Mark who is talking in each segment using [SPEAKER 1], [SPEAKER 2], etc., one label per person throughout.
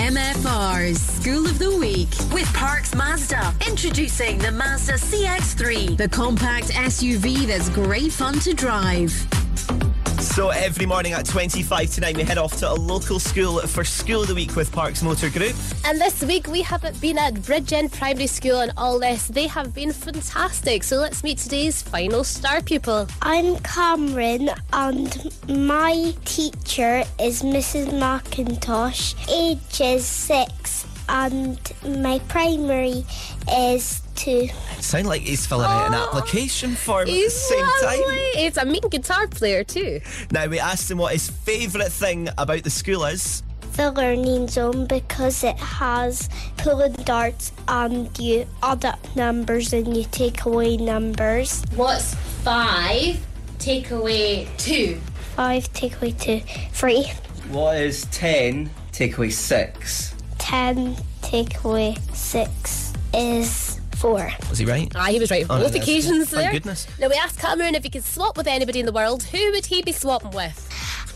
[SPEAKER 1] MFR's School of the Week with Parks Mazda. Introducing the Mazda CX3, the compact SUV that's great fun to drive.
[SPEAKER 2] So every morning at 25 to 9, we head off to a local school for School of the Week with Parks Motor Group.
[SPEAKER 3] And this week we haven't been at Bridgend Primary School and all this. They have been fantastic. So let's meet today's final star pupil.
[SPEAKER 4] I'm Cameron, and my teacher is Mrs. McIntosh. Age is six, and my primary is two.
[SPEAKER 2] Sound like he's filling out an
[SPEAKER 3] Aw.
[SPEAKER 2] application form at the
[SPEAKER 3] Oh, He's
[SPEAKER 2] same time.
[SPEAKER 3] lovely. It's a mean guitar player too.
[SPEAKER 2] Now, we asked him what his favourite thing about the school is.
[SPEAKER 4] The learning zone because it has pull and darts, and you add up numbers and you take away numbers.
[SPEAKER 5] What's five? Take away two.
[SPEAKER 4] Five, take away two, three,
[SPEAKER 6] What is 10 take away 6?
[SPEAKER 4] ten, take away six is four.
[SPEAKER 2] Was he right?
[SPEAKER 3] Ah, he was right
[SPEAKER 2] Oh,
[SPEAKER 3] on both
[SPEAKER 2] that's-
[SPEAKER 3] occasions
[SPEAKER 2] thank
[SPEAKER 3] there.
[SPEAKER 2] goodness.
[SPEAKER 3] Now we asked Cameron if he could swap with anybody in the world. Who would he be swapping with?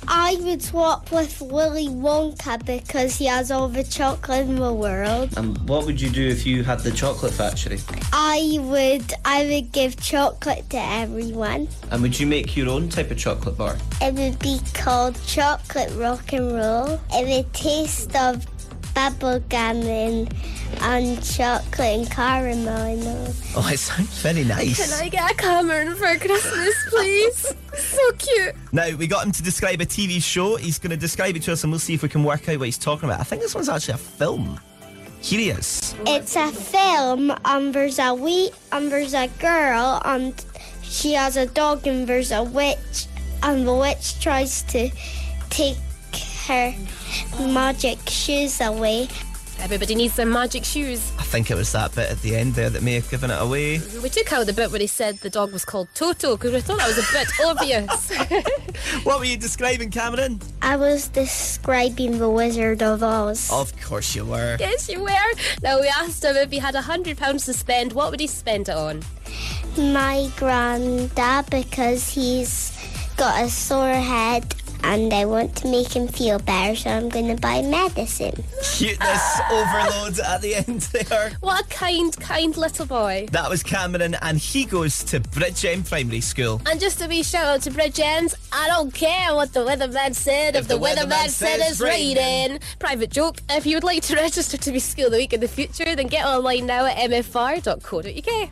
[SPEAKER 4] I would swap with Willy Wonka because he has all the chocolate in the world.
[SPEAKER 6] And what would you do if you had the chocolate factory?
[SPEAKER 4] I would I would give chocolate to everyone.
[SPEAKER 6] And would you make your own type of chocolate bar?
[SPEAKER 4] It would be called chocolate rock and roll. It would taste of bubblegum and, and chocolate and caramel and all.
[SPEAKER 2] Oh, it sounds very
[SPEAKER 3] Can
[SPEAKER 2] nice.
[SPEAKER 3] I get a Cameron for Christmas, please? so cute.
[SPEAKER 2] Now, we got him to describe a TV show. He's going to describe it to us and we'll see if we can work out what he's talking about. I think this one's actually a film. Here he is.
[SPEAKER 4] It's a film and there's a wee and there's a girl and she has a dog and there's a witch and the witch tries to take her magic shoes away.
[SPEAKER 3] Everybody needs their magic shoes.
[SPEAKER 2] I think it was that bit at the end there that may have given it away.
[SPEAKER 3] We took out the bit where he said the dog was called Toto because we thought that was a bit obvious.
[SPEAKER 2] What were you describing, Cameron?
[SPEAKER 4] I was describing the Wizard of Oz.
[SPEAKER 2] Of course you were.
[SPEAKER 3] yes, you were. Now we asked him if he had a hundred pounds to spend, what would he spend it on?
[SPEAKER 4] My granddad because he's got a sore head and I want to make him feel better so I'm going to buy medicine.
[SPEAKER 2] Cuteness overload at the end there.
[SPEAKER 3] What a kind, kind little boy.
[SPEAKER 2] That was Cameron, and he goes to Bridgend Primary School.
[SPEAKER 3] And just a wee shout out to Bridge Ends. I don't care what the weatherman said. If, the, weatherman, said it's raining. Private joke. If you would like to register to be School of the Week in the future, then get online now at mfr.co.uk.